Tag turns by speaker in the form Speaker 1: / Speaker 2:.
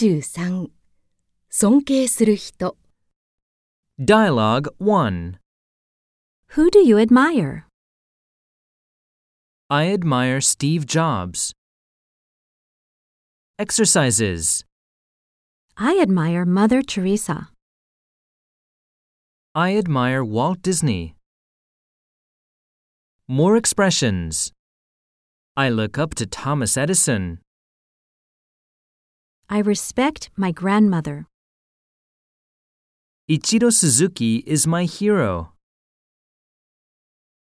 Speaker 1: 23尊敬する人
Speaker 2: Dialogue 1.
Speaker 3: Who do you admire?
Speaker 2: I admire Steve Jobs. Exercises.
Speaker 3: I admire Mother Teresa.
Speaker 2: I admire Walt Disney. More expressions. I look up to Thomas Edison.
Speaker 3: I respect my grandmother.
Speaker 2: Ichiro Suzuki is my hero.